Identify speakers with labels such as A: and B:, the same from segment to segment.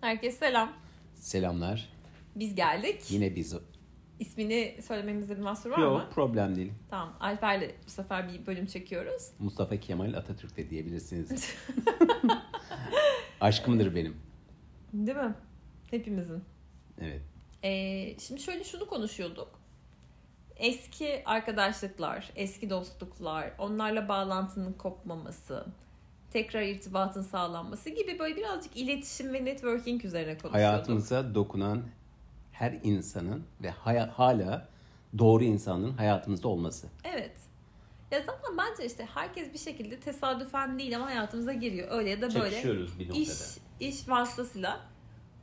A: Herkese selam.
B: Selamlar.
A: Biz geldik.
B: Yine biz.
A: İsmini söylememizde bir mahsur var mı?
B: Yok problem değil.
A: Tamam. Alper'le bu sefer bir bölüm çekiyoruz.
B: Mustafa Kemal Atatürk de diyebilirsiniz. Aşkımdır benim.
A: Değil mi? Hepimizin.
B: Evet.
A: Ee, şimdi şöyle şunu konuşuyorduk. Eski arkadaşlıklar, eski dostluklar, onlarla bağlantının kopmaması, tekrar irtibatın sağlanması gibi böyle birazcık iletişim ve networking üzerine konuşuyorduk.
B: Hayatımıza dokunan her insanın ve haya- hala doğru insanın hayatımızda olması.
A: Evet. Ya zaten bence işte herkes bir şekilde tesadüfen değil ama hayatımıza giriyor. Öyle ya da böyle.
B: Çakışıyoruz bir
A: İş, iş vasıtasıyla.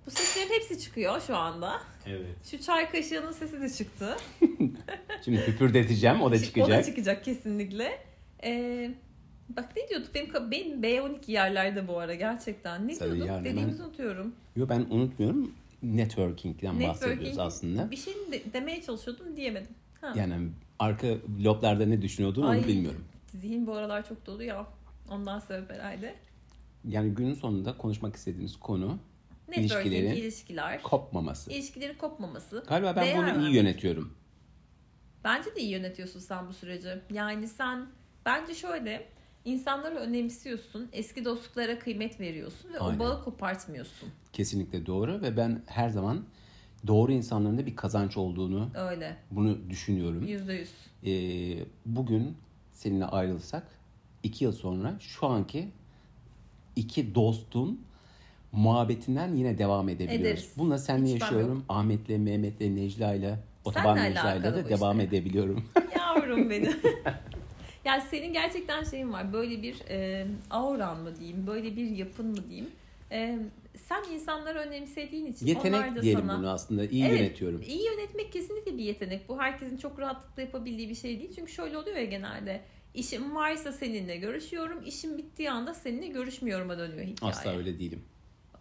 A: Bu seslerin hepsi çıkıyor şu anda.
B: Evet.
A: Şu çay kaşığının sesi de çıktı.
B: Şimdi hüpürdeteceğim o da
A: O da
B: çıkacak.
A: çıkacak kesinlikle. Ee, bak ne diyorduk? Benim, ka- benim B12 yerlerde bu ara gerçekten. Ne
B: Sen
A: diyorduk?
B: yani
A: Dediğimizi unutuyorum.
B: Yo ben unutmuyorum. Networking'den
A: Networking.
B: bahsediyoruz aslında.
A: Bir şey de- demeye çalışıyordum diyemedim. Ha.
B: Yani arka loblarda ne düşünüyordun
A: Ay.
B: onu bilmiyorum.
A: Zihin bu aralar çok dolu ya. Ondan sebep herhalde.
B: Yani günün sonunda konuşmak istediğimiz konu
A: Networking,
B: İlişkilerin-
A: ilişkiler.
B: kopmaması.
A: ilişkilerin kopmaması.
B: Galiba ben
A: Değer
B: bunu iyi
A: vermek.
B: yönetiyorum.
A: Bence de iyi yönetiyorsun sen bu süreci. Yani sen bence şöyle insanları önemsiyorsun, eski dostluklara kıymet veriyorsun ve o
B: Aynen.
A: bağı kopartmıyorsun.
B: Kesinlikle doğru ve ben her zaman doğru insanların da bir kazanç olduğunu
A: Öyle.
B: bunu düşünüyorum.
A: Yüzde yüz.
B: Ee, bugün seninle ayrılsak iki yıl sonra şu anki iki dostun muhabbetinden yine devam edebiliyoruz.
A: Ederiz.
B: Bununla seninle
A: Hiç ben
B: yaşıyorum. Ahmet'le, Mehmet'le, Necla'yla, Otoban
A: Seninle
B: Necla'yla
A: alakalı
B: da
A: bu
B: devam
A: işte.
B: edebiliyorum.
A: Yavrum benim. ya senin gerçekten şeyin var. Böyle bir e, auran mı diyeyim, böyle bir yapın mı diyeyim. E, sen insanları önemsediğin için onlar da
B: Yetenek diyelim
A: sana...
B: bunu aslında. İyi
A: Evet,
B: yönetiyorum.
A: İyi yönetmek kesinlikle bir yetenek. Bu herkesin çok rahatlıkla yapabildiği bir şey değil. Çünkü şöyle oluyor ya genelde. İşim varsa seninle görüşüyorum. işim bittiği anda seninle görüşmüyorum'a dönüyor hikaye.
B: Asla öyle değilim.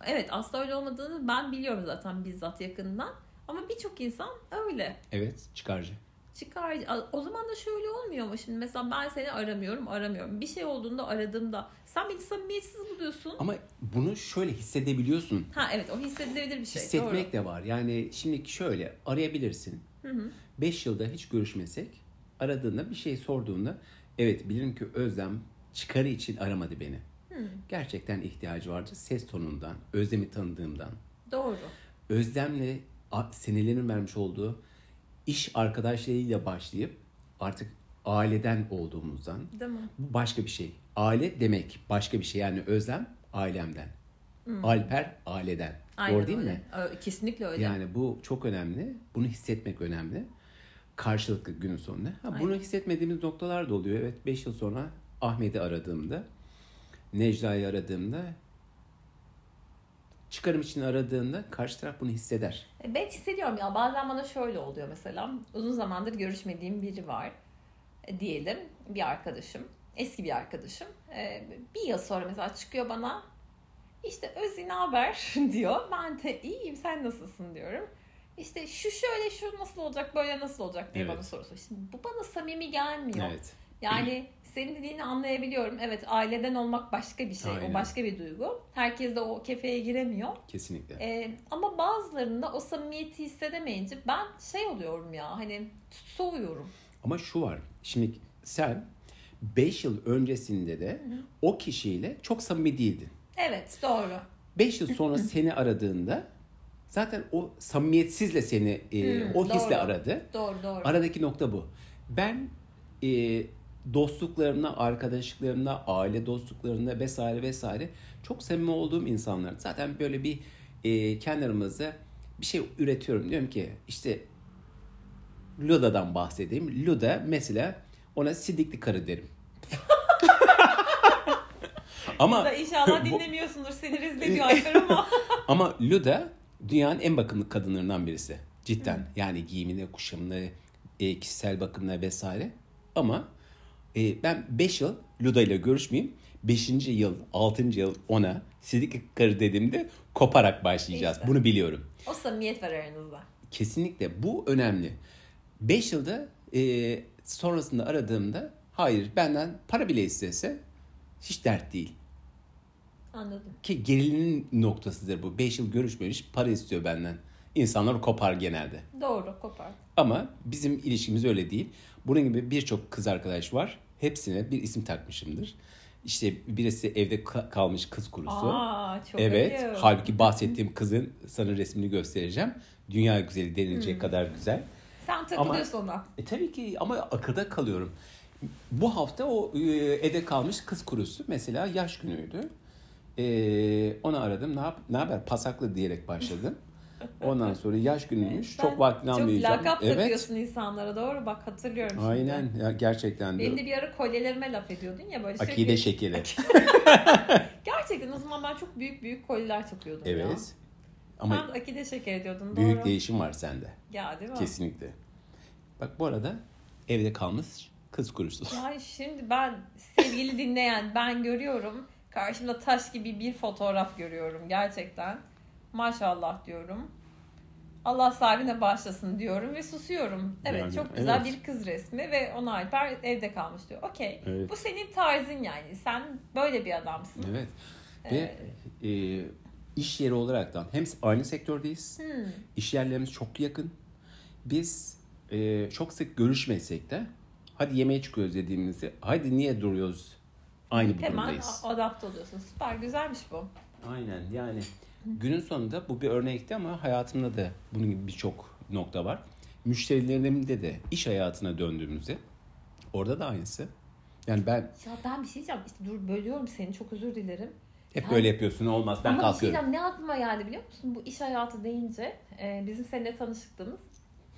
A: Evet asla öyle olmadığını ben biliyorum zaten bizzat yakından. Ama birçok insan öyle.
B: Evet, çıkarcı.
A: Çıkar. O zaman da şöyle olmuyor mu şimdi? Mesela ben seni aramıyorum, aramıyorum. Bir şey olduğunda aradığımda sen beni samimiyetsiz buluyorsun.
B: Ama bunu şöyle hissedebiliyorsun.
A: Ha evet o hissedilebilir bir şey.
B: Hissetmek
A: Doğru.
B: de var. Yani şimdi şöyle arayabilirsin.
A: Hı hı.
B: 5 yılda hiç görüşmesek aradığında bir şey sorduğunda evet bilirim ki Özlem çıkarı için aramadı beni.
A: Hı,
B: Gerçekten ihtiyacı vardı ses tonundan, Özlem'i tanıdığımdan.
A: doğru.
B: Özlem'le a- senelerin vermiş olduğu iş arkadaşlarıyla başlayıp artık aileden olduğumuzdan
A: Değil mi?
B: bu başka bir şey. Aile demek başka bir şey. Yani Özlem ailemden. Alper aileden. Doğru değil
A: Hmm. öyle.
B: mi?
A: Ö- Kesinlikle öyle.
B: Yani bu çok önemli. Bunu hissetmek önemli. Karşılıklı günün sonunda. Ha, bunu hissetmediğimiz noktalar da oluyor. Evet 5 yıl sonra Ahmet'i aradığımda, Necla'yı aradığımda, çıkarım için aradığında karşı taraf bunu hisseder.
A: E, Ben hissediyorum ya bazen bana şöyle oluyor mesela uzun zamandır görüşmediğim biri var E, diyelim bir arkadaşım eski bir arkadaşım E, bir yıl sonra mesela çıkıyor bana işte Özin haber diyor ben de iyiyim sen nasılsın diyorum işte şu şöyle şu nasıl olacak böyle nasıl olacak diye
B: Evet.
A: bana soru soruyor. Şimdi bu bana samimi gelmiyor.
B: Evet.
A: Yani senin dediğini anlayabiliyorum. Evet aileden olmak başka bir şey.
B: Aynen.
A: O başka bir duygu. Herkes de o kefeye giremiyor.
B: Kesinlikle.
A: Ee, ama bazılarında o samimiyeti hissedemeyince ben şey oluyorum ya hani soğuyorum.
B: Ama şu var. Şimdi sen 5 yıl öncesinde de o kişiyle çok samimi değildin.
A: Evet doğru.
B: 5 yıl sonra seni aradığında zaten o samimiyetsizle seni e,
A: Hmm,
B: o hisle
A: doğru.
B: aradı.
A: Doğru doğru.
B: Aradaki nokta bu. Ben e, dostluklarımla, arkadaşlıklarımla, aile dostluklarımla vesaire vesaire çok samimi olduğum insanlar. Zaten böyle bir e, kendi aramızda bir şey üretiyorum. Diyorum ki işte Luda'dan bahsedeyim. Luda mesela ona sidikli karı derim.
A: Bu
B: ama
A: da inşallah
B: Bu-
A: dinlemiyorsundur seni rezil ediyor Alper ama.
B: ama Luda dünyanın en bakımlı kadınlarından birisi. Cidden. Yani giyimine, kuşamına, e, kişisel bakımına vesaire. Ama e, ben 5 yıl Luda ile görüşmeyeyim. 5. yıl, 6. yıl ona sidikli karı dediğimde koparak başlayacağız.
A: İşte.
B: Bunu biliyorum.
A: o samimiyet var aranızda.
B: Kesinlikle bu önemli. 5 yılda e, sonrasında aradığımda hayır benden para bile istese hiç dert değil.
A: Anladım.
B: Ki gerilimin noktasıdır bu. 5 yıl görüşmemiş para istiyor benden. İnsanlar kopar genelde.
A: Doğru kopar.
B: Ama bizim ilişkimiz öyle değil. Bunun gibi birçok kız arkadaş var. Hepsine bir isim takmışımdır. İşte birisi evde ka- kalmış kız kurusu.
A: Aa çok
B: evet.
A: ayıp.
B: Halbuki bahsettiğim kızın sana resmini göstereceğim. Dünya güzeli denilecek
A: Hmm.
B: kadar güzel.
A: Sen takılıyorsun ona.
B: E tabii ki ama akılda kalıyorum. Bu hafta o e, evde kalmış kız kurusu mesela yaş günüydü. E, onu aradım. Ne, yap, ne haber? Pasaklı diyerek başladım. Ondan sonra yaş günüymüş.
A: Sen
B: çok vaktini almayacağım.
A: Çok lakap
B: evet.
A: takıyorsun insanlara doğru bak hatırlıyorum şimdi.
B: Aynen. Ya, gerçekten de.
A: Benim de bir ara kolyelerime laf ediyordun ya böyle
B: Akide
A: sürekli-
B: şekeri.
A: Gerçekten o zaman ben çok büyük büyük kolyeler takıyordum ya.
B: Evet.
A: Sen
B: Ama
A: akide şeker diyordun
B: büyük
A: doğru.
B: değişim var sende.
A: Ya değil mi?
B: Kesinlikle. Bak bu arada evde kalmış kız kurusu.
A: Ya şimdi ben sevgili dinleyen ben görüyorum. Karşımda taş gibi bir fotoğraf görüyorum gerçekten. Maşallah diyorum. Allah sahibine bağışlasın diyorum ve susuyorum. Evet
B: Yani,
A: çok güzel
B: evet.
A: bir kız resmi ve ona Alper evde kalmış diyor. Okey.
B: Evet.
A: Bu senin tarzın yani. Sen böyle bir adamsın. Ee,
B: Evet. Ve e, iş yeri olaraktan hem aynı sektördeyiz.
A: Hmm,
B: İş yerlerimiz çok yakın. Biz e, çok sık görüşmesek de hadi yemeğe çıkıyoruz dediğimizde hadi niye duruyoruz aynı bir
A: hemen
B: durumdayız.
A: a- adapte oluyorsun. Süper güzelmiş bu.
B: Aynen yani günün sonunda bu bir örnekti ama hayatımda da bunun gibi birçok nokta var. Müşterilerimde de iş hayatına döndüğümüzde orada da aynısı. Yani ben
A: Ya ben bir şey diyeceğim. İşte dur bölüyorum seni çok özür dilerim.
B: hep
A: Yani-
B: böyle yapıyorsun olmaz ben
A: Ama bir şey
B: kalkıyorum.
A: diyeceğim ne aklıma geldi biliyor musun? Bu iş hayatı deyince e, bizim seninle tanıştığımız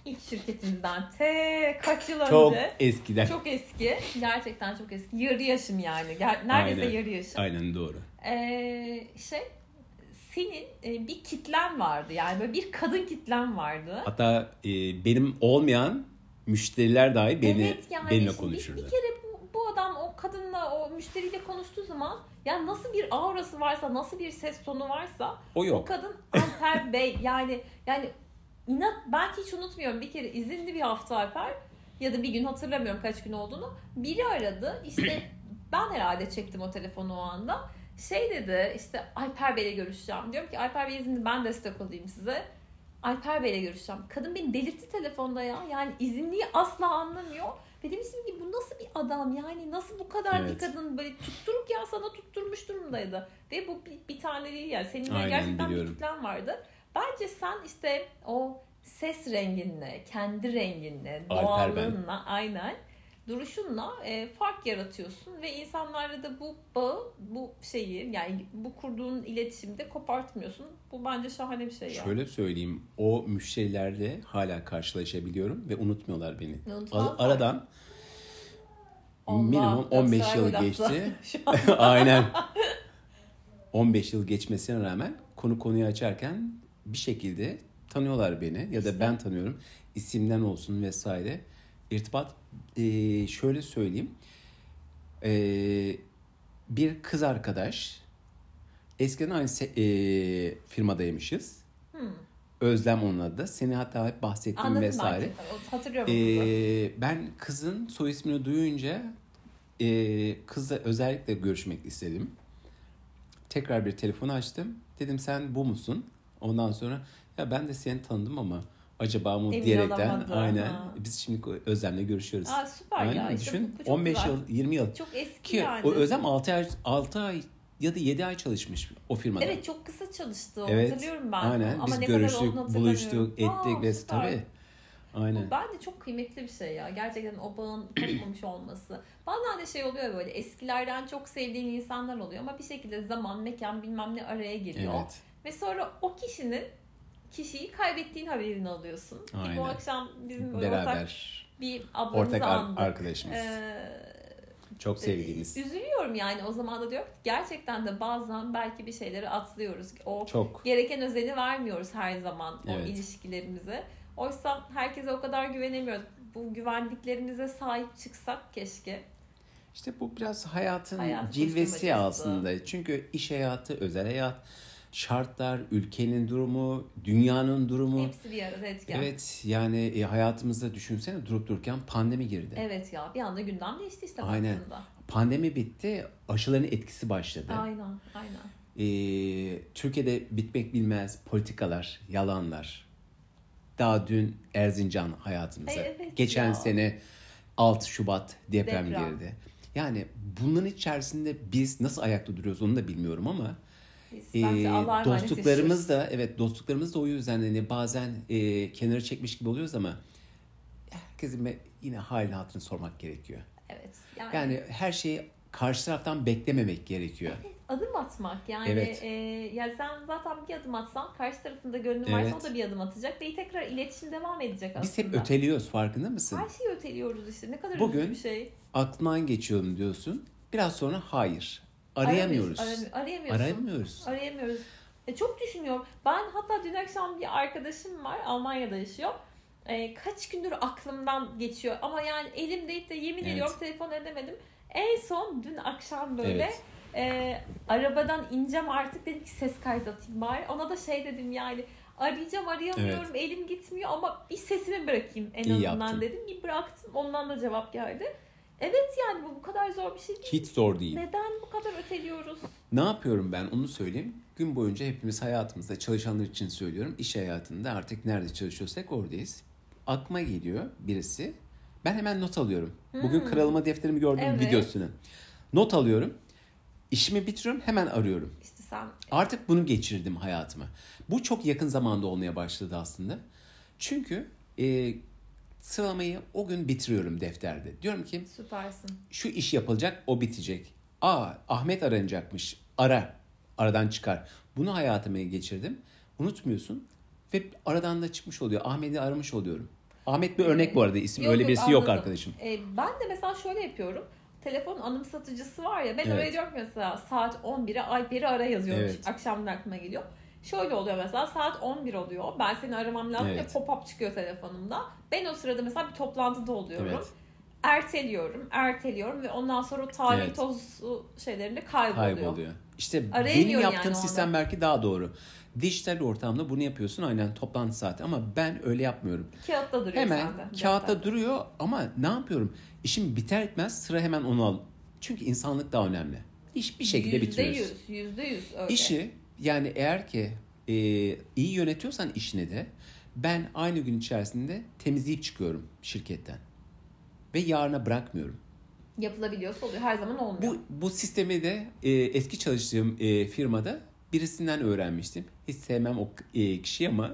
A: ilk şirketimizden te kaç yıl
B: çok
A: önce.
B: eskiden.
A: Çok eski. Gerçekten çok eski. Yarı yaşım yani. Ger- Neredeyse
B: Aynen.
A: yarı yaşım.
B: Aynen doğru.
A: E, şey senin e, bir kitlen vardı. Yani böyle bir kadın kitlen vardı.
B: Hatta e, benim olmayan müşteriler dahi beni
A: evet yani
B: benimle
A: şimdi
B: konuşurdu.
A: Bir, bir kere bu, bu adam o kadınla o müşteriyle konuştuğu zaman ya nasıl bir aurası varsa nasıl bir ses tonu varsa
B: O
A: O
B: yok.
A: kadın Alper Bey yani yani inat belki hiç unutmuyorum bir kere izinli bir hafta Alper ya da bir gün hatırlamıyorum kaç gün olduğunu biri aradı işte ben herhalde çektim o telefonu o anda şey dedi işte Alper Bey'le görüşeceğim diyorum ki Alper Bey izinli ben destek olayım size Alper Bey'le görüşeceğim kadın beni delirtti telefonda ya yani izinliyi asla anlamıyor ve demiştim ki bu nasıl bir adam yani nasıl bu kadar bir
B: Evet.
A: kadın böyle tutturup ya sana tutturmuş durumdaydı ve bu bir, bir tane değil yani senin
B: Aynen,
A: gerçekten
B: biliyorum.
A: bir kitlen vardı. Bence sen işte o ses renginle, kendi renginle,
B: Alper ben.
A: doğallığınla, aynen duruşunla e, fark yaratıyorsun ve insanlarla da bu bağı, bu şeyi yani bu kurduğun iletişimde kopartmıyorsun. Bu bence şahane bir şey yani.
B: Şöyle söyleyeyim. O müşterilerle hala karşılaşabiliyorum ve unutmuyorlar beni.
A: Unutmazlar.
B: Ar- Aradan
A: Allah,
B: minimum 15 yıl
A: yoksa-
B: geçti.
A: Şu an-
B: Aynen. 15 yıl geçmesine rağmen konu konuyu açarken bir şekilde tanıyorlar beni ya da ben tanıyorum. İsimden olsun vesaire. İrtibat eee, şöyle söyleyeyim. Eee, bir kız arkadaş eskiden aynı se- eee, firmadaymışız.
A: Hmm.
B: Özlem onun adı da. Seni hatta hep bahsettim
A: Anladım
B: vesaire.
A: ben. zaten. Hatırlıyorum. kızı.
B: Ee, ben kızın soy ismini duyunca e, kızla özellikle görüşmek istedim. Tekrar bir telefonu açtım. Dedim sen bu musun? Ondan sonra ya ben de seni tanıdım ama acaba mı
A: Emin
B: diyerekten
A: olamadı,
B: aynen E,
A: ha.
B: biz şimdi Özlem'le görüşüyoruz.
A: Aa, süper ya.
B: Ee, aynen
A: işte
B: düşün
A: bu- bu çok
B: 15
A: güzel.
B: yıl 20 yıl
A: Çok eski
B: ki
A: yani.
B: o Özlem 6 ay 6 ay ya da 7 ay çalışmış o firmada.
A: Evet çok kısa çalıştı. o.
B: Evet,
A: Hatırlıyorum ben.
B: Aynen
A: Ama
B: biz
A: ne kadar
B: görüştük,
A: olduğunu hatırlamıyorum.
B: buluştuk, ettik
A: Aa,
B: ve
A: süper.
B: tabii.
A: Bu
B: Aynen.
A: bence çok kıymetli bir şey ya. Gerçekten o bağın kopmamış olması. Bazen de şey oluyor böyle eskilerden çok sevdiğin insanlar oluyor ama bir şekilde zaman, mekan bilmem ne araya giriyor.
B: Evet.
A: Ve sonra o kişinin kişiyi kaybettiğin haberini alıyorsun. Ki
B: Aynen.
A: bu akşam bizim böyle ortak
B: Beraber
A: bir ablamızı
B: ortak ar-
A: andık.
B: arkadaşımız.
A: Ee,
B: Çok sevdiğimiz.
A: Üzülüyorum yani o zaman da diyorum ki gerçekten de bazen belki bir şeyleri atlıyoruz. O
B: Çok.
A: gereken özeni vermiyoruz her zaman o
B: Evet.
A: ilişkilerimize. Oysa herkese o kadar güvenemiyoruz. Bu güvendiklerimize sahip çıksak keşke.
B: İşte bu biraz hayatın
A: Hayat
B: cilvesi
A: koşturmacası.
B: aslında. Çünkü iş hayatı, özel hayat, şartlar, ülkenin durumu, dünyanın durumu.
A: Hepsi bir arada etken.
B: Evet yani e, hayatımızda düşünsene durup dururken pandemi girdi.
A: Evet ya bir anda gündem değişti işte
B: Aynen.
A: baktığında.
B: Pandemi bitti, aşıların etkisi başladı.
A: Aynen aynen.
B: e, Türkiye'de bitmek bilmez politikalar, yalanlar. Daha dün Erzincan hayatımıza.
A: Ay, evet
B: Geçen
A: ya.
B: sene 6 Şubat deprem,
A: Deprem.
B: girdi. Yani bunların içerisinde biz nasıl ayakta duruyoruz onu da bilmiyorum ama
A: Biz
B: e,
A: bence Allah'a emanet yaşıyoruz.
B: dostluklarımız da evet dostluklarımız da o yüzden hani bazen e, kenara çekmiş gibi oluyoruz ama herkesin be- yine halini hatırını sormak gerekiyor.
A: Evet. Yani,
B: Yani her şeyi karşı taraftan beklememek gerekiyor.
A: adım atmak yani
B: Evet.
A: e, ya sen zaten bir adım atsan karşı tarafında gönlün varsa
B: Evet.
A: o da bir adım atacak ve tekrar iletişim devam edecek aslında.
B: Biz hep öteliyoruz farkında mısın?
A: Her şeyi öteliyoruz işte. Ne kadar
B: Bugün
A: üzücü bir şey.
B: Aklından geçiyorum diyorsun. Biraz sonra hayır. Arayamıyoruz.
A: Arayamıyoruz. Arayamıyorsun.
B: Arayamıyoruz.
A: Arayamıyoruz. E, çok düşünüyorum. Ben hatta dün akşam bir arkadaşım var. Almanya'da yaşıyor. E, kaç gündür aklımdan geçiyor. Ama yani elimde de yemin
B: Evet.
A: ediyorum telefon edemedim. En son dün akşam böyle
B: Evet.
A: e, arabadan ineceğim artık dedim ki ses kaydı atayım bari. Ona da şey dedim yani arayacağım arayamıyorum elim gitmiyor ama bir sesimi bırakayım en
B: İyi
A: azından
B: yaptın.
A: dedim. Bir bıraktım ondan da cevap geldi. Evet yani bu bu kadar zor bir şey değil.
B: Hiç zor değil.
A: Neden bu kadar öteliyoruz?
B: Ne yapıyorum ben onu söyleyeyim. Gün boyunca hepimiz hayatımızda çalışanlar için söylüyorum. iş hayatında artık nerede çalışıyorsak oradayız. Aklıma geliyor birisi. Ben hemen not alıyorum. Bugün
A: Hmm.
B: kralıma defterimi gördüm
A: Evet.
B: videosunu. Not alıyorum. İşimi bitiriyorum hemen arıyorum.
A: İşte sen
B: Artık bunu geçirdim hayatıma. Bu çok yakın zamanda olmaya başladı aslında. Çünkü e, sıralamayı o gün bitiriyorum defterde. Diyorum ki
A: süpersin.
B: şu iş yapılacak o bitecek. Aa Ahmet aranacakmış. Ara. Aradan çıkar. Bunu hayatıma geçirdim. Unutmuyorsun. Ve aradan da çıkmış oluyor. Ahmet'i aramış oluyorum. Ahmet bir örnek bu arada. İsim
A: Yok,
B: öyle
A: yok,
B: birisi yok
A: anladım.
B: arkadaşım.
A: E, ben de mesela şöyle yapıyorum. Telefon anımsatıcısı var ya ben
B: Evet.
A: oraya diyorum ki mesela saat 11'e Alper'i ara yazıyorum.
B: Evet.
A: Akşamdan aklıma geliyor. Şöyle oluyor mesela saat 11 oluyor. Ben seni aramam lazım
B: Evet.
A: ya pop-up çıkıyor telefonumda. Ben o sırada mesela bir toplantıda oluyorum.
B: Evet.
A: Erteliyorum, erteliyorum ve ondan sonra o tarih
B: Evet.
A: tozu şeylerinde kayboluyor.
B: Kayboluyor. İşte
A: Arayamıyor
B: benim yaptığım
A: yani o
B: sistem belki daha doğru. Dijital ortamda bunu yapıyorsun aynen toplantı saati ama ben öyle yapmıyorum.
A: Kağıtta duruyor
B: Hemen
A: sende.
B: kağıtta
A: defter.
B: duruyor ama ne yapıyorum? İşim biter etmez sıra hemen onu al. Çünkü insanlık daha önemli. İş bir şekilde bitiriyoruz.
A: %100, %100 öyle.
B: İşi yani eğer ki e, iyi yönetiyorsan işini de ben aynı gün içerisinde temizleyip çıkıyorum şirketten. Ve yarına bırakmıyorum.
A: Yapılabiliyorsa oluyor. Her zaman olmuyor.
B: Bu, bu sistemi de e, eski çalıştığım e, firmada birisinden öğrenmiştim. Hiç sevmem o e, kişiyi ama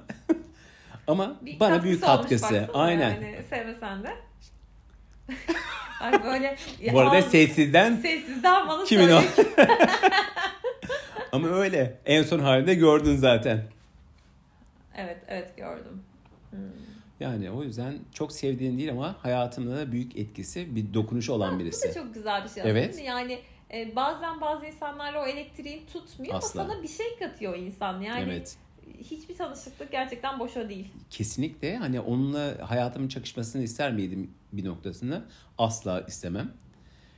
B: ama
A: Bir
B: bana büyük
A: katkısı olmuş
B: katkısı.
A: baksana
B: Aynen.
A: Yani hani sevmesen de. Ay böyle ya
B: Bu arada
A: al-
B: sessizden
A: sessizden bana
B: kimin o?
A: söyle.
B: ama öyle. En son halinde gördün zaten.
A: Evet evet gördüm. Hmm.
B: Yani o yüzden çok sevdiğin değil ama hayatında da büyük etkisi bir dokunuşu olan
A: Bu da
B: birisi.
A: çok güzel bir şey aslında.
B: Evet.
A: değil mi? Yani e, bazen bazı insanlarla o elektriği tutmuyor
B: Asla.
A: ama sana bir şey katıyor insan. Yani
B: Evet.
A: hiçbir tanışıklık gerçekten boşa değil.
B: Kesinlikle hani onunla hayatımın çakışmasını ister miydim bir noktasında? Asla istemem.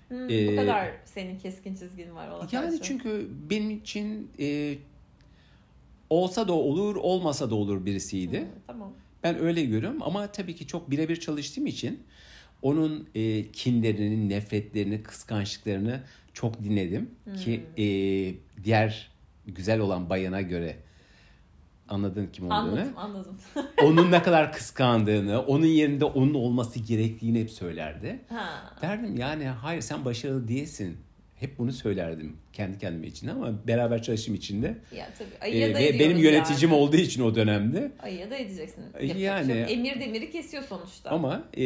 A: Hmm,
B: Ee,
A: o kadar senin keskin çizgin var şey. ona
B: Yani
A: karşı.
B: çünkü benim için e, olsa da olur, olmasa da olur birisiydi.
A: Hmm, tamam.
B: Ben öyle görüyorum ama tabii ki çok birebir çalıştığım için onun e, kinlerini, nefretlerini, kıskançlıklarını çok dinledim ki e, diğer güzel olan bayana göre anladın kim olduğunu.
A: Anladım anladım.
B: Onun ne kadar kıskandığını, onun yerinde onun olması gerektiğini hep söylerdi.
A: ha.
B: Derdim yani hayır sen başarılı değilsin. Hep bunu söylerdim kendi kendime için ama beraber çalışım içinde.
A: Ya tabii.
B: E,
A: Ayıya da
B: ve benim
A: ediyoruz
B: yöneticim
A: yani.
B: olduğu için o dönemde.
A: Ayıya da edeceksin.
B: E,
A: Yapacak bir şey
B: yani-
A: yok. Emir demiri kesiyor sonuçta.
B: Ama e,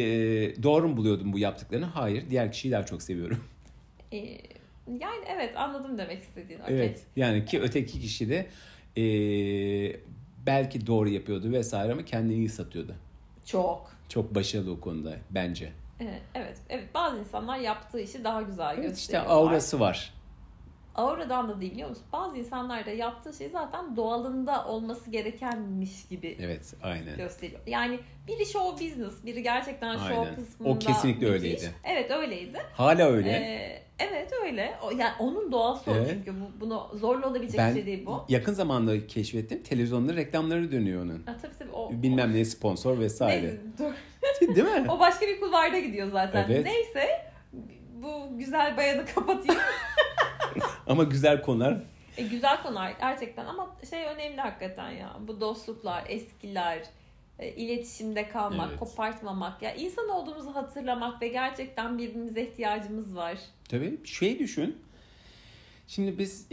B: doğru mu buluyordum bu yaptıklarını? Hayır. Diğer kişiyi daha çok seviyorum.
A: Ee, yani evet anladım demek istediğin. Okey.
B: Evet. Yani ki öteki kişi de e, belki doğru yapıyordu vesaire ama kendini iyi satıyordu.
A: Çok.
B: Çok başarılı o konuda bence.
A: Ee, Evet, evet. Bazı insanlar yaptığı işi daha güzel
B: Evet işte
A: gösteriyorlar.
B: aurası var.
A: Auradan da değil biliyor musun? Bazı insanlar da yaptığı şey zaten doğalında olması gerekenmiş gibi
B: Evet aynen.
A: gösteriyor. Yani biri show business, biri gerçekten show
B: Aynen.
A: kısmında
B: O kesinlikle
A: müthiş.
B: öyleydi.
A: Evet öyleydi.
B: Hala öyle.
A: Ee, evet öyle. O, yani onun doğası o
B: Evet.
A: çünkü. Bu, bunu zorla olabilecek bir
B: ben
A: şey değil bu.
B: yakın zamanda keşfettim. Televizyonda reklamları dönüyor onun.
A: Ha, tabii tabii o.
B: Bilmem ne sponsor
A: o,
B: vesaire.
A: neyse, dur.
B: Değil mi?
A: O başka bir kulvarda gidiyor zaten.
B: Evet.
A: Neyse bu güzel bayanı kapatayım.
B: Ama güzel konular
A: E, güzel konular gerçekten ama şey önemli hakikaten ya. Bu dostluklar, eskiler, e, iletişimde kalmak,
B: Evet.
A: kopartmamak. Ya insan olduğumuzu hatırlamak ve gerçekten birbirimize ihtiyacımız var.
B: Tabii şey düşün. Şimdi biz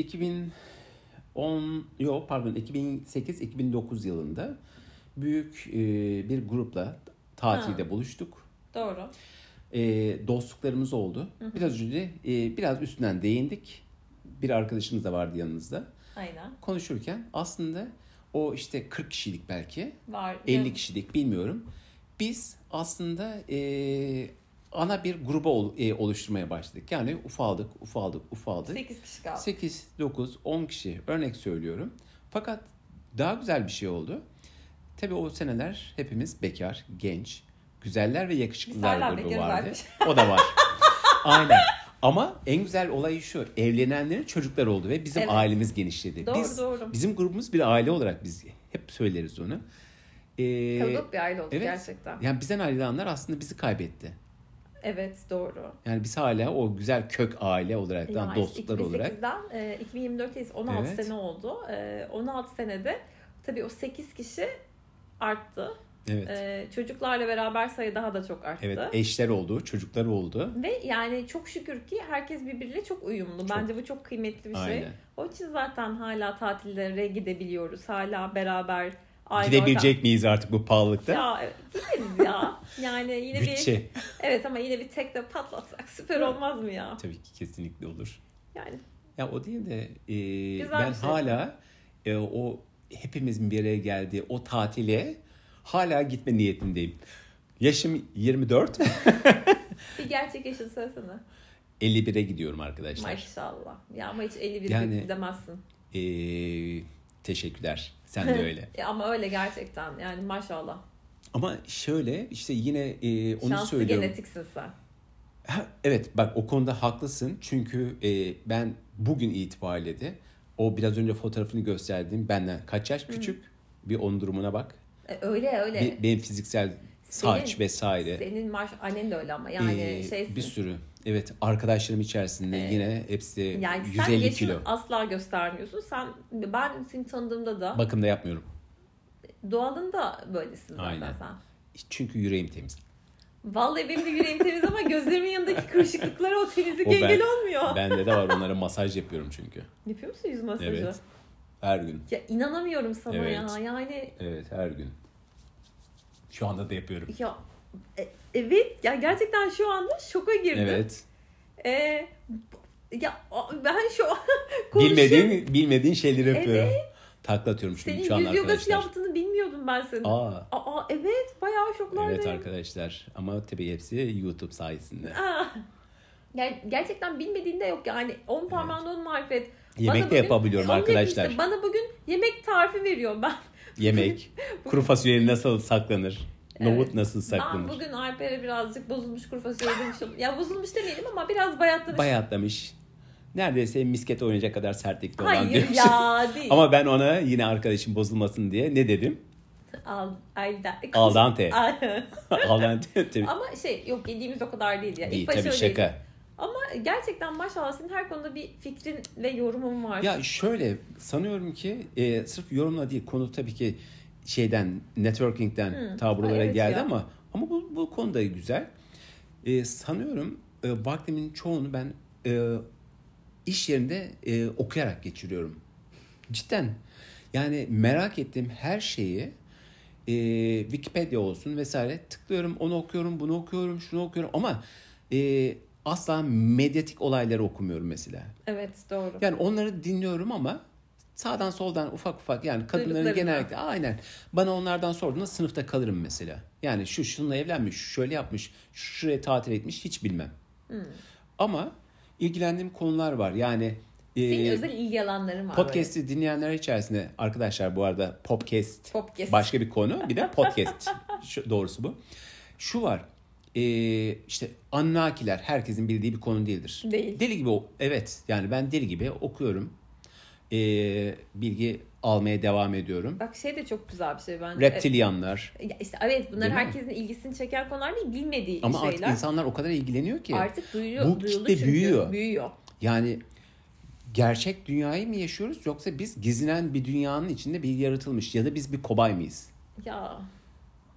B: 2010 yok pardon 2008-2009 yılında büyük e, bir grupla tatilde buluştuk.
A: Doğru.
B: E, dostluklarımız oldu. Biraz önce e, biraz üstünden değindik. Bir arkadaşımız da vardı yanımızda.
A: Aynen.
B: Konuşurken aslında o işte 40 kişilik belki
A: Var.
B: 50 kişilik bilmiyorum. Biz aslında e, ana bir gruba ol- e, oluşturmaya başladık. Yani ufaldık, ufaldık, ufaldık.
A: 8 kişi kaldı.
B: 8, 9, 10 kişi örnek söylüyorum. Fakat daha güzel bir şey oldu. Tabii o seneler hepimiz bekar, genç, güzeller ve
A: Biz hala
B: yakışıklılar grubu
A: bekarız
B: vardı.
A: Alper.
B: O da var. Aynen. Ama en güzel olayı şu. Evlenenlerin çocuklar oldu ve bizim
A: Evet.
B: ailemiz genişledi.
A: Doğru,
B: biz,
A: doğru.
B: Bizim grubumuz bir aile olarak biz hep söyleriz onu. Ee,
A: Kalabalık bir aile oldu
B: evet.
A: gerçekten.
B: yani bizden ayrılanlar aslında bizi kaybetti.
A: Evet doğru.
B: Yani biz hala o güzel kök aile olaraktan
A: Yani
B: dostluklar olarak
A: 2008'den e, 2024'teyiz. 16
B: Evet.
A: sene oldu. E, 16 senede tabii o 8 kişi arttı.
B: evet.
A: E, çocuklarla beraber sayı daha da çok arttı.
B: Evet eşler oldu, çocuklar oldu.
A: Ve yani çok şükür ki herkes birbiriyle çok uyumlu. Bence bu çok kıymetli bir şey.
B: Aynen.
A: O için zaten hala tatillere gidebiliyoruz. Hala beraber aile
B: Gidebilecek miyiz artık bu pahalılıkta?
A: ortam- Ya evet, gideriz ya. Yani yine bir
B: Bütçe.
A: evet ama yine bir tek de patlatsak süper olmaz mı ya?
B: Tabii ki kesinlikle olur.
A: Yani
B: Ya o değil de e,
A: Güzel
B: ben
A: bir şey.
B: hala e, o hepimizin bir araya geldiği o tatile hala gitme niyetindeyim. Yaşım 24.
A: bir gerçek yaşını söylesene.
B: 51'e gidiyorum arkadaşlar.
A: Maşallah. Ya ama hiç 51
B: Yani-
A: demezsin.
B: E, teşekkürler. Sen de öyle.
A: E ama öyle gerçekten. Yani maşallah.
B: Ama şöyle işte yine e, onu
A: Şanslı
B: söylüyorum.
A: genetiksin sen.
B: Ha, Evet bak o konuda haklısın çünkü e, ben bugün itibariyle de o biraz önce fotoğrafını gösterdiğim benden kaç yaş küçük bir onun durumuna bak.
A: E, öyle öyle.
B: Be- benim fiziksel saç
A: Senin-
B: vesaire
A: Senin maş annen de öyle ama yani şey
B: e,
A: şeysin.
B: bir sürü. Evet arkadaşlarım içerisinde yine hepsi
A: Yani
B: 150
A: sen yaşını
B: kilo.
A: asla göstermiyorsun. Sen ben seni tanıdığımda da
B: Bakımda yapmıyorum.
A: doğalında böylesin zaten
B: Aynen.
A: sen.
B: Çünkü yüreğim temiz.
A: Vallahi benim de yüreğim temiz ama gözlerimin yanındaki kırışıklıklara o temizlik
B: O ben-
A: engel olmuyor.
B: Bende de var onlara masaj yapıyorum çünkü.
A: Yapıyor musun yüz masajı?
B: Evet. Her gün.
A: Ya inanamıyorum sana ya.
B: Evet.
A: Yani
B: Evet her gün. Şu anda da yapıyorum.
A: ya e- evet ya gerçekten şu anda şoka girdim.
B: Evet.
A: Ee, ya a- ben şu an konuşuyorum.
B: Bilmediğin, bilmediğin şeyleri yapıyorum. Taklatıyorum çünkü
A: Senin
B: şu an
A: yüz yogası
B: arkadaşlar.
A: yaptığını bilmiyordum ben senin. Aa,
B: Aa,
A: evet bayağı şoklardayım.
B: evet arkadaşlar ama tabii hepsi YouTube sayesinde.
A: Aa. Ger- gerçekten bilmediğinde yok yani. On parmağında on marifet.
B: Yemek de
A: bugün-
B: yapabiliyorum
A: Onu diyorum
B: arkadaşlar.
A: işte, bana bugün yemek tarifi veriyor ben.
B: Yemek, kuru fasulye nasıl saklanır, nohut nasıl
A: Ben
B: saklanır.
A: bugün Alper'e birazcık bozulmuş kuru fasulye demişim. ya bozulmuş demeyelim ama biraz bayatlamış.
B: Bayatlamış. Neredeyse misket oynayacak kadar sertlikte olan
A: Hayır
B: demiş.
A: ya değil.
B: Ama ben ona yine arkadaşım bozulmasın diye ne dedim?
A: Al, ayda.
B: Al dente.
A: Ay.
B: Al dente. Tabii.
A: ama şey yok yediğimiz o kadar değil ya.
B: Değil,
A: İlk başı
B: tabii
A: öyleydi.
B: şaka.
A: Ama gerçekten maşallah senin her konuda bir fikrin ve yorumun var.
B: Ya şöyle sanıyorum ki e, sırf yorumla değil konu tabii ki şeyden networking'den
A: Hı,
B: ta buralara
A: evet
B: geldi
A: ya.
B: ama ama bu bu konuda güzel. E, sanıyorum e, vaktimin çoğunu ben e, iş yerinde e, okuyarak geçiriyorum. Cidden. Yani merak ettiğim her şeyi e, Wikipedia olsun vesaire tıklıyorum onu okuyorum bunu okuyorum şunu okuyorum ama e, asla medyatik olayları okumuyorum mesela.
A: Evet doğru.
B: Yani onları dinliyorum ama sağdan soldan ufak ufak yani kadınların
A: Duyduklarını.
B: genellikle aynen bana onlardan sorduğunda sınıfta kalırım mesela. Yani şu şununla evlenmiş, şu şöyle yapmış, şu şuraya tatil etmiş hiç bilmem. Ama ilgilendiğim konular var. Yani
A: senin
B: e,
A: özel ilgi alanların var. böyle.
B: podcast'i dinleyenler içerisinde arkadaşlar bu arada podcast,
A: Podcast.
B: başka bir konu bir de podcast Şu- doğrusu bu. Şu var e, işte annakiler herkesin bildiği bir konu değildir.
A: Değil.
B: Deli gibi o- evet yani ben deli gibi okuyorum. E, bilgi almaya devam ediyorum.
A: Bak şey de çok güzel bir şey bence.
B: Reptilyanlar.
A: E, ya işte evet bunlar
B: Değil mi?
A: herkesin ilgisini çeken konular değil bilmediği
B: Ama artık
A: şeyler.
B: insanlar o kadar ilgileniyor ki.
A: artık duyuyor,
B: Bu
A: duyuldu
B: kitle
A: çünkü.
B: büyüyor.
A: Büyüyor.
B: Yani gerçek dünyayı mı yaşıyoruz yoksa biz gizlenen bir dünyanın içinde bir yaratılmış ya da biz bir kobay mıyız?
A: Ya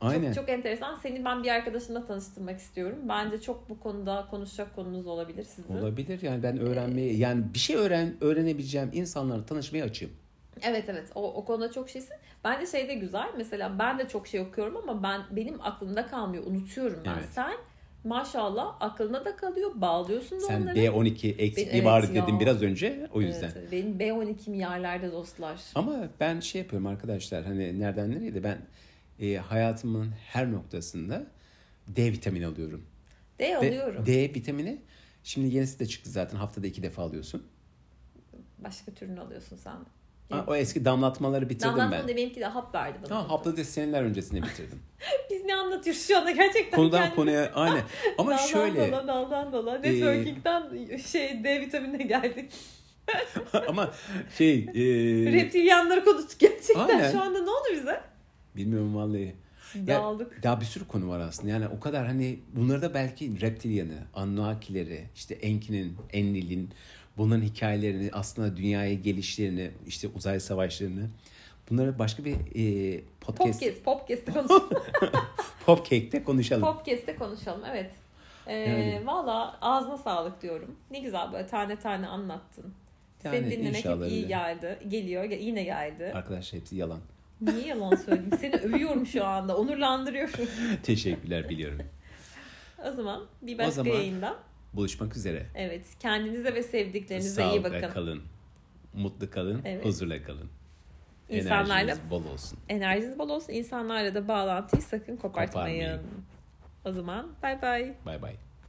B: Aynen.
A: Çok, çok enteresan. Seni ben bir arkadaşımla tanıştırmak istiyorum. Bence çok bu konuda konuşacak konunuz olabilir sizin.
B: Olabilir yani
A: Ee,
B: ben öğrenmeye yani bir şey öğren öğrenebileceğim insanlarla tanışmaya açığım.
A: Evet evet o, o konuda çok şeysin. Bence şey de güzel. Mesela ben de çok şey okuyorum ama ben benim aklımda kalmıyor. Unutuyorum ben.
B: Evet.
A: Sen maşallah aklına da kalıyor. Bağlıyorsun da
B: Sen
A: onları.
B: B12 eksikliği
A: Evet
B: var
A: ya.
B: dedim biraz önce o yüzden.
A: Evet, benim B12'm yerlerde E dostlar.
B: Ama ben şey yapıyorum arkadaşlar hani nereden nereye de ben e, hayatımın her noktasında D vitamini alıyorum.
A: D
B: Ve
A: alıyorum.
B: D vitamini şimdi yenisi de çıktı zaten haftada iki defa alıyorsun.
A: Başka türünü alıyorsun sen.
B: Aa, O eski damlatmaları bitirdim
A: Damlatma
B: ben.
A: da benimki de hap verdi bana.
B: Ha, haftada seneler öncesinde bitirdim.
A: Biz ne anlatıyoruz şu anda gerçekten?
B: Konudan
A: kendimizi-
B: konuya aynı. Ama
A: daldan
B: şöyle Ee,
A: dala daldan dala networking'den şey D vitaminine geldik.
B: ama şey e,
A: Reptilyanları konuştuk gerçekten.
B: Aynen.
A: Şu anda ne oldu bize?
B: bilmiyorum vallahi. Ya,
A: Dağıldık.
B: daha bir sürü konu var aslında. Yani o kadar hani bunları da belki reptilyanı, Anunnakileri, işte Enki'nin, Enlil'in bunların hikayelerini, aslında dünyaya gelişlerini, işte uzay savaşlarını bunları başka bir e,
A: Popcast,
B: podcast,
A: Popcast'te konuşalım.
B: popcake'te konuşalım.
A: Popcast'te konuşalım evet. Ee,
B: Yani.
A: Valla ağzına sağlık diyorum. Ne güzel böyle tane tane anlattın.
B: Yani
A: Seni dinlemek hep
B: inşallah
A: iyi
B: öyle.
A: geldi. Geliyor ge- yine geldi.
B: Arkadaşlar hepsi yalan.
A: Niye yalan söyleyeyim? Seni övüyorum şu anda. Onurlandırıyorum.
B: Teşekkürler biliyorum.
A: O zaman bir başka
B: zaman-
A: yayında.
B: Buluşmak üzere.
A: Evet. Kendinize ve sevdiklerinize iyi
B: Sağlıkla
A: bakın.
B: kalın. Mutlu kalın,
A: Evet.
B: huzurla kalın.
A: İnsanlarla-
B: Enerjiniz bol olsun.
A: Enerjiniz bol olsun. İnsanlarla da bağlantıyı sakın kopartmayın.
B: Koparmayın.
A: O zaman bay bay.
B: Bay bay.